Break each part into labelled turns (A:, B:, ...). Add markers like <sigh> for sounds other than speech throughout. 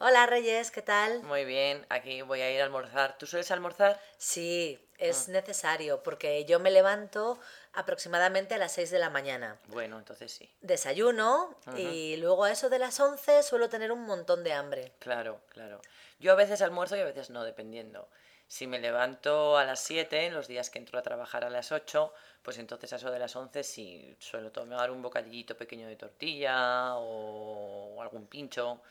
A: Hola Reyes, ¿qué tal?
B: Muy bien, aquí voy a ir a almorzar. ¿Tú sueles almorzar?
A: Sí, es necesario porque yo me levanto aproximadamente a las 6 de la mañana.
B: Bueno, entonces sí.
A: Desayuno y luego a eso de las 11 suelo tener un montón de hambre.
B: Claro, claro. Yo a veces almuerzo y a veces no, dependiendo. Si me levanto a las 7, los días que entro a trabajar a las 8, pues entonces a eso de las 11 sí suelo tomar un bocadillito pequeño de tortilla o algún pincho.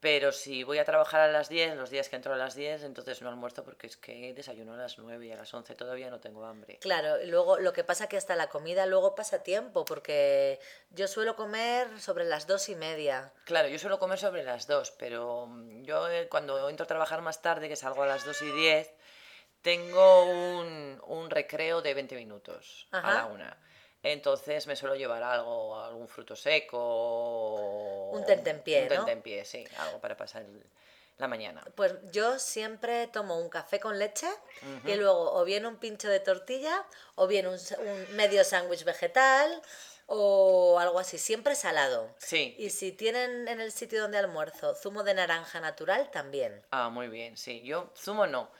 B: Pero si voy a trabajar a las 10, los días que entro a las 10, entonces no almuerzo porque es que desayuno a las 9 y a las 11 todavía no tengo hambre.
A: Claro, y luego lo que pasa que hasta la comida luego pasa tiempo porque yo suelo comer sobre las dos y media.
B: Claro, yo suelo comer sobre las 2, pero mm, yo eh, cuando entro a trabajar más tarde, que salgo a las 2 y 10, tengo un, un recreo de 20 minutos a
A: Ajá.
B: la una. Entonces me suelo llevar algo, algún fruto seco. o
A: Un tentempié,
B: Un
A: ¿no?
B: tentempié, sí, algo para pasar el- la mañana.
A: Pues yo siempre tomo un café con leche y luego o bien un pincho de tortilla o bien un, s- un medio sándwich vegetal o algo así, siempre salado.
B: Sí.
A: Y si tienen en el sitio donde almuerzo zumo de naranja natural, también.
B: Ah, muy bien, sí. Yo, zumo no.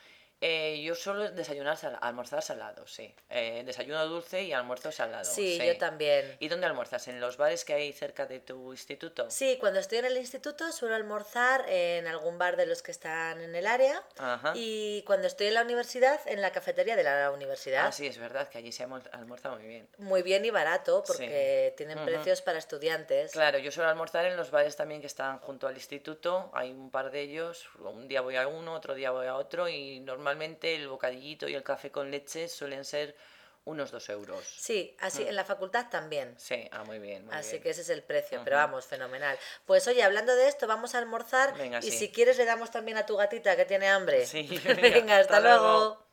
B: Eh, yo suelo desayunar, sal- almorzar salado, sí. Eh, desayuno dulce y almuerzo salado.
A: Sí, yo también.
B: ¿Y dónde almuerzas? ¿En los bares que hay cerca de tu instituto?
A: Sí, cuando estoy en el instituto suelo almorzar en algún bar de los que están en el área
B: Ajá.
A: y cuando estoy en la universidad, en la cafetería de la universidad.
B: Ah, sí, es verdad que allí se almuer- almuerza muy bien.
A: Muy bien y barato porque tienen
B: Ujú.
A: precios para estudiantes.
B: Claro, yo suelo almorzar en los bares también que están junto al instituto. Hay un par de ellos. Un día voy a uno, otro día voy a otro. Y normalmente el bocadillito y el café con leche suelen ser unos dos euros.
A: Sí, así en la facultad también.
B: Mm. Sí, ah, muy bien. Muy
A: Así
B: bien.
A: que ese es el precio, pero vamos, fenomenal. Pues oye, hablando de esto, vamos a almorzar
B: Venga,
A: y
B: sí.
A: <laughs> si quieres le damos también a tu gatita que tiene hambre.
B: Sí,
A: venga, hasta, luego.